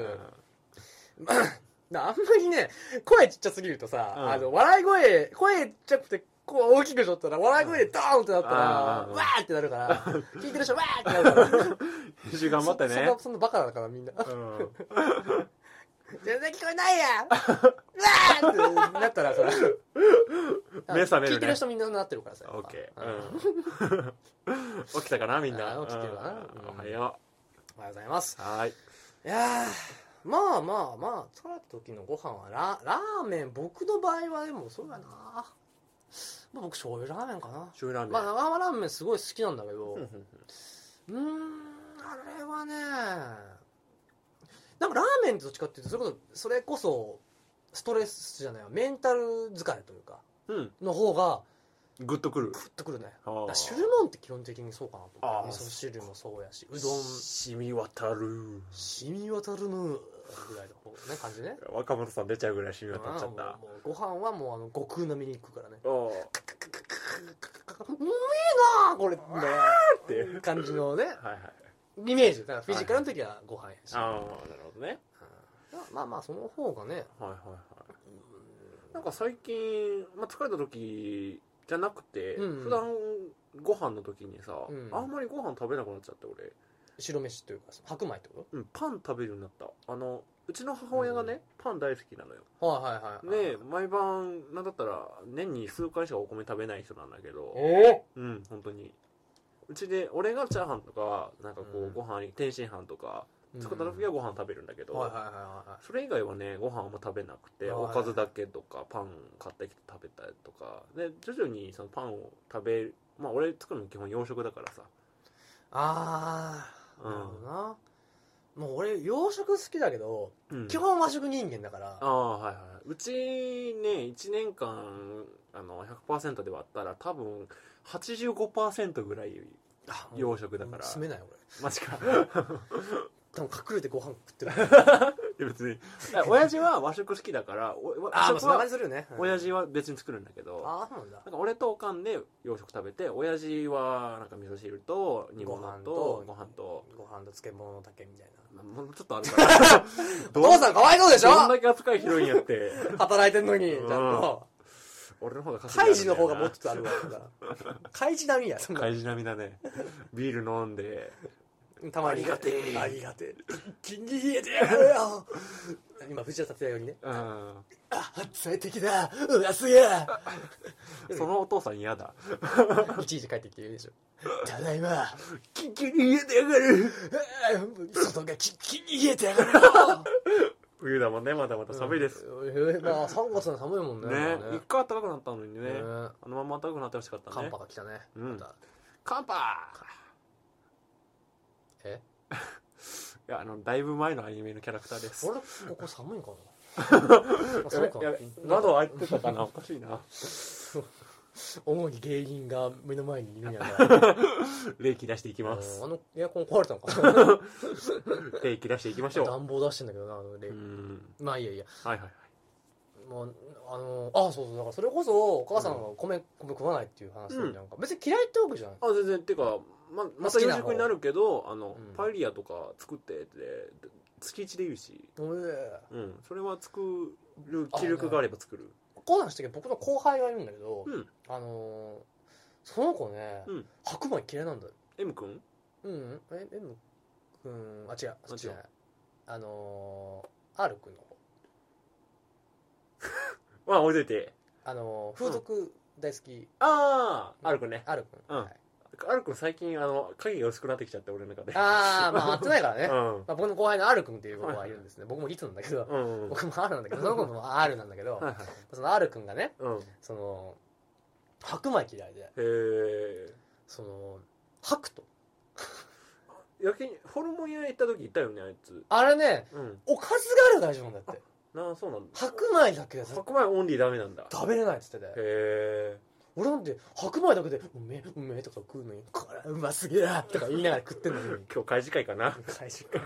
うんなあんまりね声ちっちゃすぎるとさ、うんあの笑い声声ちっちゃくてこう大きくしとったら笑い声でドーンってなったら、うんうんわーってなるから聞いてる人わーってなるから編集頑張ってねそそんなそんなバカだからみんなうん全然聞こえな いやんわーってなったらそれ目覚めるね聞いてる人みんななってるからさやっオぱッケうんー、うん、起きたかなみんなあー起きてるかなうんうんおはよおはようございますうはいいやーまあまあまあ疲れた時のご飯はララーメン僕の場合はでもそうやな、まあ、僕醤油ラーメンかな醤油ラーメまあン、生ラーメンすごい好きなんだけうんどうんうんうーんあれはねなんかラーメンってどっちかっていうとそれこそそれこそストレスじゃないわメンタル疲れというかうんの方がグッとくるグッとくるねあだからー汁もんって基本的にそうかなと思あうー味噌汁もそうやしうどん染み渡る染み渡るのぐらいの方ね感じね若丸さん出ちゃうぐらい染み渡っちゃっまあたもうもうご飯はもうあの悟空並みに行くからねおおうめえなあこれねってって感じのねはいはいイメージだからフィジカルの時はご飯やし、ああなるほどねうんまあまあその方がねはいはいはいなんか最近、まあ、疲れた時じゃなくて、うんうん普段ご飯の時にさ、うんあんまりご飯食べなくなっちゃって俺、白飯というかその白米ってこうん、パン食べるようになったあのうちの母親がね、パン大好きなのよとはいはいはいで毎晩なんだったら年に数回しかお米食べない人なんだけどえうん本当にうちで俺がチャーハンとかなんかこううんご飯、天津飯とかえ作った時はご飯食べるんだけど、はいはいはいはそれ以外はねご飯あんま食べなくてはいおかずだけとかパン買ってきて食べたりとかで徐々にそのパンを食べるまあ俺作るの基本洋食だからさいああなるほどなもう俺洋食好きだけどうん基本和食人間だからああはいはいうちね1年間あの100%で割ったら多分85%ぐらいあもう洋食だから住めない俺マジか多分隠れてご飯食っ てるいや別にえ親父は和食好きだからお和ああまあ食そんな感はじするよねうん親父は別に作るんだけどああそうなんだなんか俺とおかんで洋食食べて親父はなんか味噌汁と煮物とご飯とご飯と漬物の竹みたいなまあもうちょっとあるから お父さんかわいそうでしょどんだけ扱い広いんやって働いてんのにちゃうんんと俺の方がカイジの方がももうちょっとあるわけだからカイジ並みやそんな開示並みだねビール飲んでたまにありがてえありがてえ一気に冷えてやるよ今藤田達也よりねうん発災的だうわすげえそのお父さん嫌だいちいち帰ってきて言うでしょただいまキンキンに冷えてやがる外がキンキンに冷えてやがる冬だもんねまだまだ寒いです、うんまあ3月の寒いもんねね今一回暖かくなったのにね、ねあのまま暖かくなってほしかった寒ね波が来たねうんまたカンパえいやあのだいぶ前のアニメのキャラクターです俺ここ寒いんか なや寒べいかやなべ窓開いてたかなおかしいな主に芸人が目の前にいるんや から冷気出していきあますのエアコン壊れたの かな冷気出していきましょ暖房出してんだけどなあの冷ううんまあいいやいいやはいはいはいもうあのあそうそうだからそれこそお母さんが米,、米食わないっていう話うんなんか別に嫌いってわけじゃない、あ全然てかままた好き夕な方食になるけどあの、うんパエリアとか作ってって月一で言うし、うん、うん、それは作る気力があれば作るこうなんして僕の後輩がいるんだけど、うんあのーその子ね、うん白米嫌いなんだよ M 君うんえ M 君あ違うそっちじゃない違あのー R 君の方まあ置いといてあのー風俗大好きあああるくんね R 君、うんはいあるくん最近あの影が薄くなってきちゃって俺の中でああまあ会ってないからね、ま うんあ、僕の後輩の R 君っていう子がいるんですね僕もリツなんだけどうんはい僕も R なんだけどその子も R なんだけど、はいその R 君がねうんへその白米嫌いでえその白と焼きホルモン屋行った時いたよねあいつあれねうんおかずがある大丈夫なんだってなあそうなんだ白米だけで白食米オンリーダメなんだべれないっつっててへえ俺なんて白米だけで「うめえうめえ」とか食うのに「これうますげえな」とか言いながら食ってんのに今日開示会かな 最初から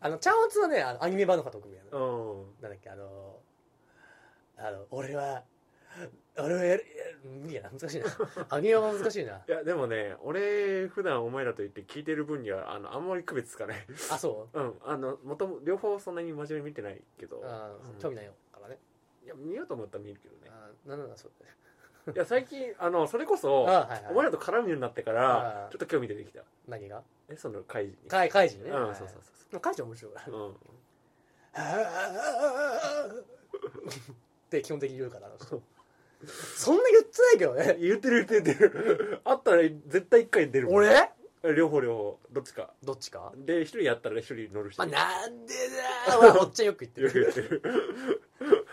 あのちゃんおつはねあのアニメ版の方が得意やなうんなんだっけあのあの俺は俺はやるやる無理やな難し いなアニメ版難しいないやでもね俺普段お前らと言って聞いてる分にはあのあんまり区別つかない あそううんあのもとも両方そんなに真面目に見てないけど、あーうん興味ないよからねいや見ようと思ったら見るけどねあーなんなんだそうだねいや最近あのそれこそ、あはいはいお前らと絡むようになってからあちょっと興味出てきた何がえその会議に怪怪人ねうんそうそうう怪人面白い そうそう、うん、って基本的に言うからあ の人そんな言ってないけどね言ってる言ってる言ってるあったら絶対一回出るもん俺両方両方どっちかどっちかで一人やったら一人乗る人まあ、なんでだー、まあ、おっちゃんよく言ってよくる言ってる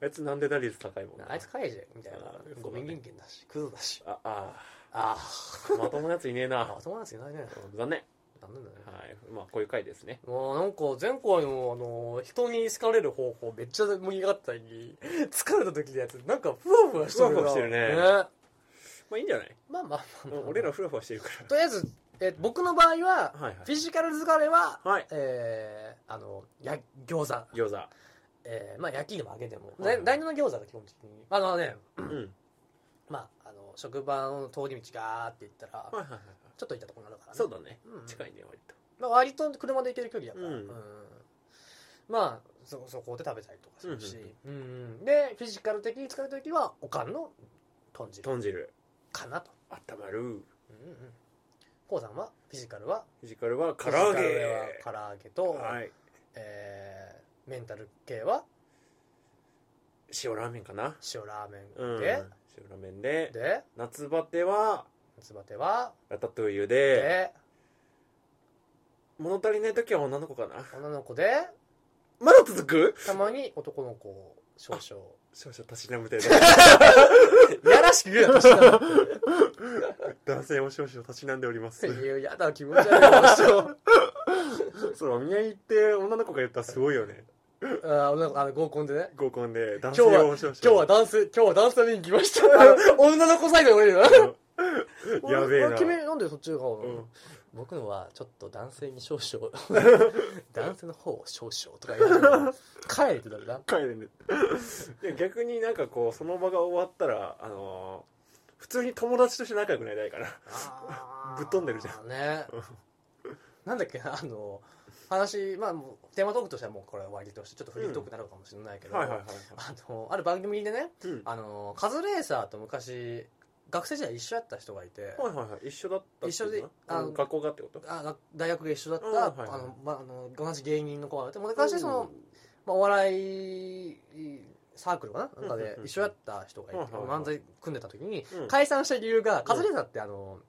あいつなんで打率高いもんなあいつ帰れみたいなそうだねごめん元気だしクズだしあああーまともなやついねえあな まともなんですよね残念残念だねはいまあこういう回ですねもうなんか前回のあの人に好かれる方法めっちゃ盛り上がったのに 疲れた時のやつなんかふわふわしてるなふわふわしてるねまあいいんじゃないまあまあまあまあ俺らフラフラしてるかとりあえずえ僕の場合 はらはいはフィいジカル疲れは、はいえー、あのや餃子、餃子えーまあ、焼きでも揚げでも、はいだ第7餃子が基本的にあのね、 うんまあ、あの職場の通り道ガーって行ったら、はいはいはいちょっと行ったところにあるからねそうだねうん近いね割とまあ、割と車で行ける距離だから、うんまあそそこで食べたりとかするし、うんでフィジカル的に疲れた時はおかんの豚汁豚汁かなと、あったまるうんうん、こうさんはフィジカルはフィジカルは唐揚フィジカルはげ唐揚げと、はいえーメンタル系は塩ラーメンかな塩ラーメうんンで、塩ラーメンでで夏バテは夏バテはラタトゥイユでで物足りない時は女の子かな女の子でまだ続くたまに男の子を少々少々たしなむ程度いやらしく言うなとしたら 男性も少々たしなんでおりますいややだ気持ち悪 そうお見合いって女の子が言ったらすごいよねいあー女の子あの合コンでね合コンで男性性をを少々今日はダンス今日はダンスの見に来ましたあの女の子サイドに俺らは やべえ俺な君なんでそっち側なの、うん僕のはちょっと男性に少々男性の方を少々とか言う帰れってなるな帰れねいや逆になんかこうその場が終わったらあのー普通に友達として仲良くなりたいからぶっ飛んでるじゃんねなんだっけなあの話まあもうテーマトークとしてはもうこれは終わりとしてちょっとフリートークになるかもしれないけど、はいはいはいあのある番組でねうんあのカズレーサーと昔学生時代一緒やった人がいて、はいはいはい一緒だったっていうの一緒であのうん学校がってことあが大学が一緒だった、うんはいはいあのまあ、あの同じ芸人の子がいて昔その、まあ、お笑いサークルかななんかうんうんでうんうん一緒やった人がいて、はいはいはい漫才組んでた時にうん解散した理由が、カズレーザーってあの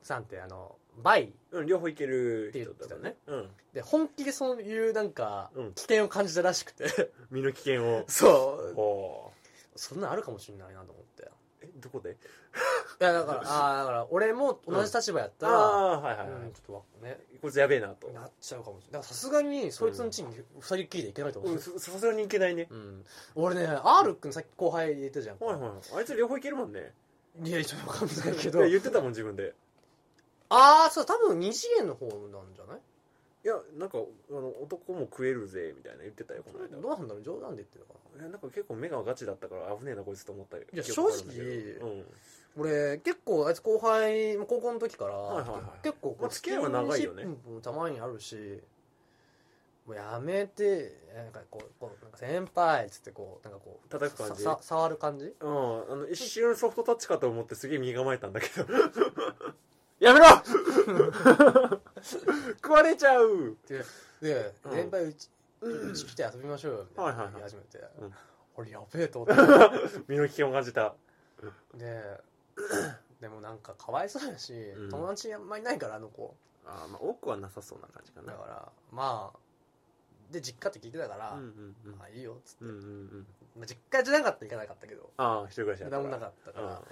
さんってあのバイうん、うん両方いける人だったって言っねてうんで本気でそういうなんかうん危険を感じたらしくて 身の危険をそうおそんなんあるかもしれないなと思ってえどこでいやだからあーだから俺も同じ立場やったら、あーはいはいはうん、いちょっとわねこいつやべえなとなっちゃうかもしれないだからさすがにそいつのチームに二人っきりでいけないと思う、うんささすがにいけないねうん、俺ね R 君さっき後輩言ってたじゃん、はいはいあいつ両方いけるもんねい、やちょっと分かんないけどいや言ってたもん自分でああそう多分二次元の方なんじゃないいやなんかあの男も食えるぜみたいな言ってたよこの間どうなんだろう冗談で言ってるのかないやなんか結構目がガチだったから危ねえなこいつと思ったいいや正直うん、俺結構あいつ後輩高校の時から、はいはいはい結構こうまあ付き合いは長いよねスキンシップもたまにあるしもうやめてなんかこうこうなんか先輩っつってこうなんかこう叩く感じささ触る感じうん、あの一瞬ソフトタッチかと思ってすげえ身構えたんだけど やめろ食われちゃうで、うん先輩うち、うち来て遊びましょうよみたいなはいはいはい言い始めて、うん俺やべえと思って身の危険を感じた ででもなんかかわいそうだし、ん友達あんまりないからあの子あーまあ多くはなさそうな感じかだからまあで実家って聞いてたから、うんうんうんまあいいよっつって、うんうんうんまあ、実家じゃなかったら行かなかったけどああ一人暮らしだった何もなかったから、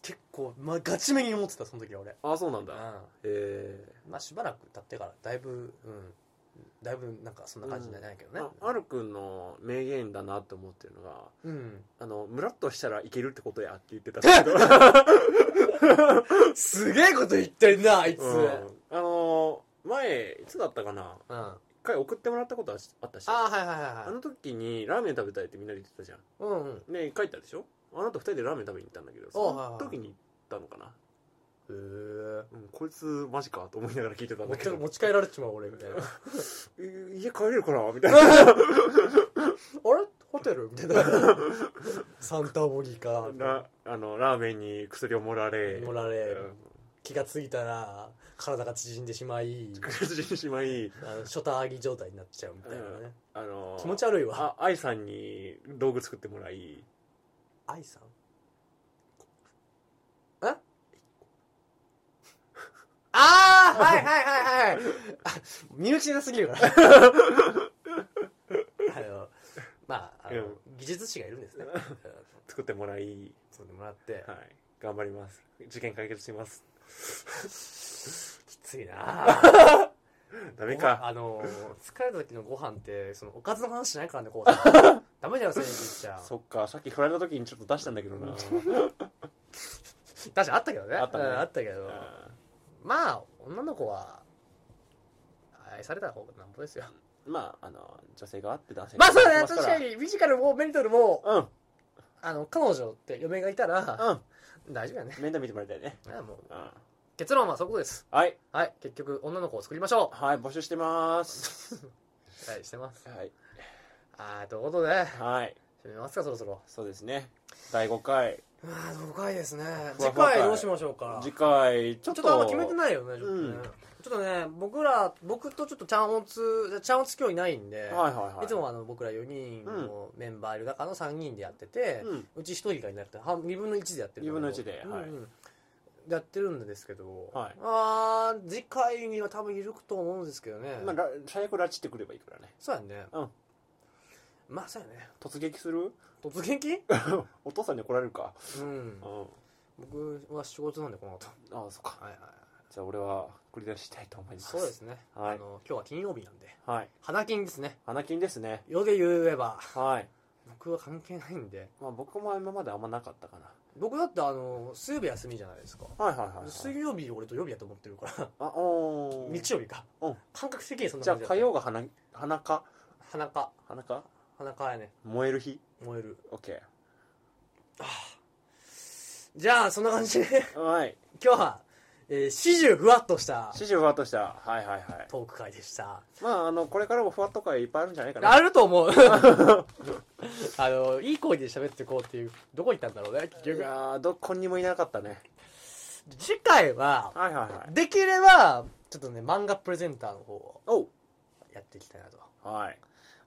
結構、まあ、ガチめに思ってたその時は俺、うんああそうなんうだんへえまあしばらく経ってからだいぶうんだいぶなんかそんな感じじゃないけどね、ああるくんの名言だなと思ってるのがうん、あの、ムラっとしたらいけるってことやって言ってたんですけど、うんすげえこと言ってんなあ いつ、うんあのー、前、いつだったかなあ一回送ってもらったことあしあったし、あはいはいはいあはの時にラーメン食べたいってみんなで言ってたじゃん。いうんうんね書いたでしょあなた二人でラーメン食べに行ったんだけど、そおはいはのい時に行ったのかな。へえうん、こいつマジかと思いながら聞いてたん持だっけてど、持ち帰られちまう俺みたいな あい家帰れるかなみ たいな。れホテルみた いなサンタモリかラあのラーメンに薬を盛られ、盛られうん気がついたら体が縮んでしまい口にしまい、あのショター上げ状態になっちゃうみたいなね、うんあのー、気持ち悪いわあ愛さんに道具作ってもらい、愛 さんないあ身内なすぎるから あのまああの、うん技術士がいる んですねうん作ってもらい、そんでもらって、はい、頑張ります事件解決しますきついなぁダメかあの疲れた時のご飯ってそのおかずの話しないからね こうさんダメだよそれに言っちゃそっかさっき振られた時にちょっと出したんだけどな確かにあったけどねあったねうんあったけどあまあ女の子は愛された方がなんぼですよーまああの女性があって男性がまあそうだあねって確ますかにフィジカルもメンタルもらあの彼女って嫁がいたらうんうん大丈夫だよね面倒見てもらいたいね、あもううん、結論はそこですはいはい結局女の子を作りましょはい募集してますうはいしてますはいあーということではい締めますかそろそろそうですね第5回ああ深いですねふわ次ふわ回回どうしましょうか次回ちちょょっっととあんま決めてないよねちょっとね,、うんちょっとね僕ら僕とちょっとチャンオツチャンオツ今日いないんはで、いはいはいいつもあの僕ら4人のメンバーいる中の3人でやってて、うんうち1人がいなくて半2分の1でやってるんだけど二分の一ではいうんうんやってるんですけど、はいあー次回には多分いると思うんですけどね、まあ、ら最悪拉致ってくればいいからねそうやねうんまあそうやね突撃する突撃 お父さんに怒られるかうんうん僕は仕事なんでこの後ああそっかはいはいはいじゃあ俺は繰り出したいと思いますそうですね、はいあの今日は金曜日なんではい花金ですね花金ですね世で言えばはい僕は関係ないんでまあ僕も今まであんまなかったかな僕だってあの水曜日休みじゃないですかはいはいはい、はい、水曜日俺と曜日だと思ってるからあおー日曜日かうん感覚的にそんなじゃあ感だった火曜が花花か花か花か花かやね燃える日燃える OK じゃあそんな感じで はい今日は、えー、始終ふわっとした指示ふわっとしたはいはいはいトーク会でしたまああのこれからもふわっとかいっぱいあるんじゃないかなあると思う あのいい声で喋ってこうっていうどこ行ったんだろうね結い局やーどこにもいなかったね次回ははいはいはいできればちょっとね漫画プレゼンターの方をおうやっていきたいなとはい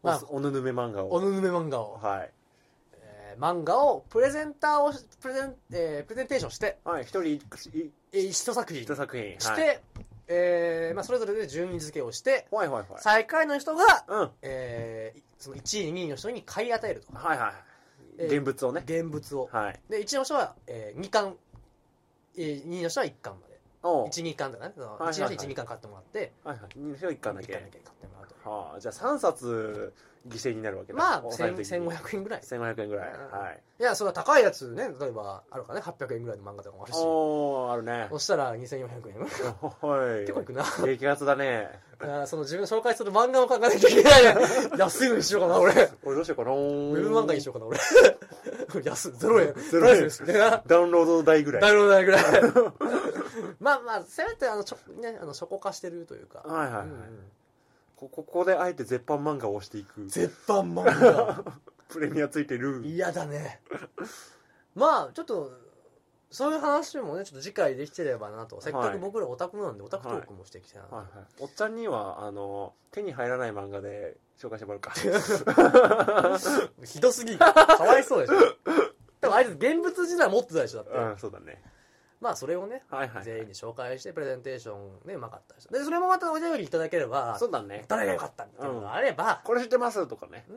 まあおすおぬぬめ漫画おをぬぬめ漫画をはいえー漫画をプレゼンターをしプレゼン、えープレゼンテーションして、はい一人いいえー一作品一作品しはい、て、えーまあ、それぞれで順位付けをして、はいはいはい最下位の人が、うんはいえーその1位2位の人に買い与えるとはいはえいー現物をね現物を、はいで1位の人は、え2巻、え2位の人は1巻までおう12巻だね、そのはいはいはい1位の人1、2巻買ってもらってはいはい二票一1巻だけ買ってもらうとはあじゃあ三冊犠牲になるわけだまあ抑え1000る時に1500円ぐらい1500円ぐらいうんはいいやそれは高いやつね例えばあるからね800円ぐらいの漫画とかもあるしおおあるねそしたら2400円結はい構いくな 激アツだねあーその自分紹介する漫画を考えなきゃいけないね。安いのに しようかな、俺。ウェ俺どうしようかなウブ漫画にしようかな、俺。 安い、0円。ゼロ円ですね。なダウンロード代ぐらいるほどないぐらい。 まあまあ、せめて、あの、ちょ、ね、あの、初歩化してるというか。はいはいはい、うんうんこここであえて絶版漫画を押していく絶版漫画。プレミアついてる嫌だね。まあ、ちょっと、そういう話もね、ちょっと次回できてればなと。せっかく僕らオタクなんで、オタクトークもしていきたいなと。はいはい、おっちゃんにはあの手に入らない漫画で紹介してもら うか ひどすぎる。かわいそうでしょ。でもあいつ現物自体持ってたでしょ、だって。うんそうだねまあ、それをね、はいはい全員に紹介してプレゼンテーションねうまかった人でそれもまたお便りいただければそうだね誰が良かったみたいなのがあれば、これ知ってますとかねうん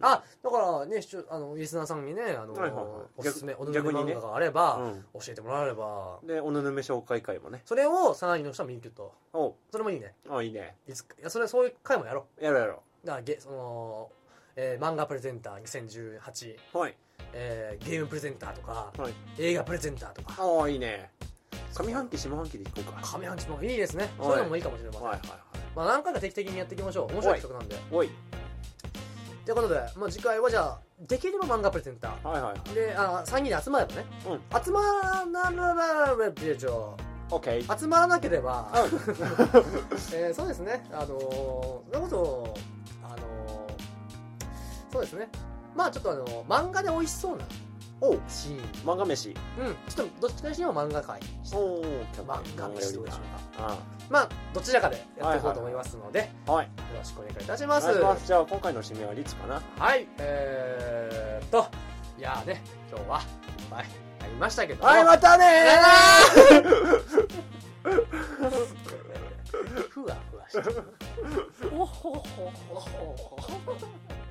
あだからね視聴あのリスナーさんにねあの、はいはいはいおすすめお逆逆ぬめにね漫画があれば、うん教えてもらえればでおぬぬめ紹介会もねそれを3位の人は見に行くとおそれもいいねあいいねいつかいやそれそういう回もやろやろうやろうだからゲその、えー漫画プレゼンター2018、うはいえーゲームプレゼンターとかはい映画プレゼンターとかああいいね上半期下半期でいこうか上半期もいいですねはいそういうのもいいかもしれません、はいはいはいまあ、何回か定期的にやっていきましょう面白い企画なんでおいということで、まあ、次回はじゃあできれば漫画プレゼンタはいはいーであ3人で集まればね、うん集まらならばでしょ OK 集まらなければ、えーそうですねあのーそれこそあのーそうですねまあちょっとあのー漫画で美味しそうなおうシーン漫画飯うんちょっとどっちかにしても漫画界おお漫画飯どうでしょうかあまあどちらかでやっていこうと思いますので、あはいよろしくお願いいたしおま願いすしますじゃあ今回の締めはリツかなはい、えー、っと、いやーね、今日はいっぱいありましたけどもはいまたねーふわふわ。おほほほほほ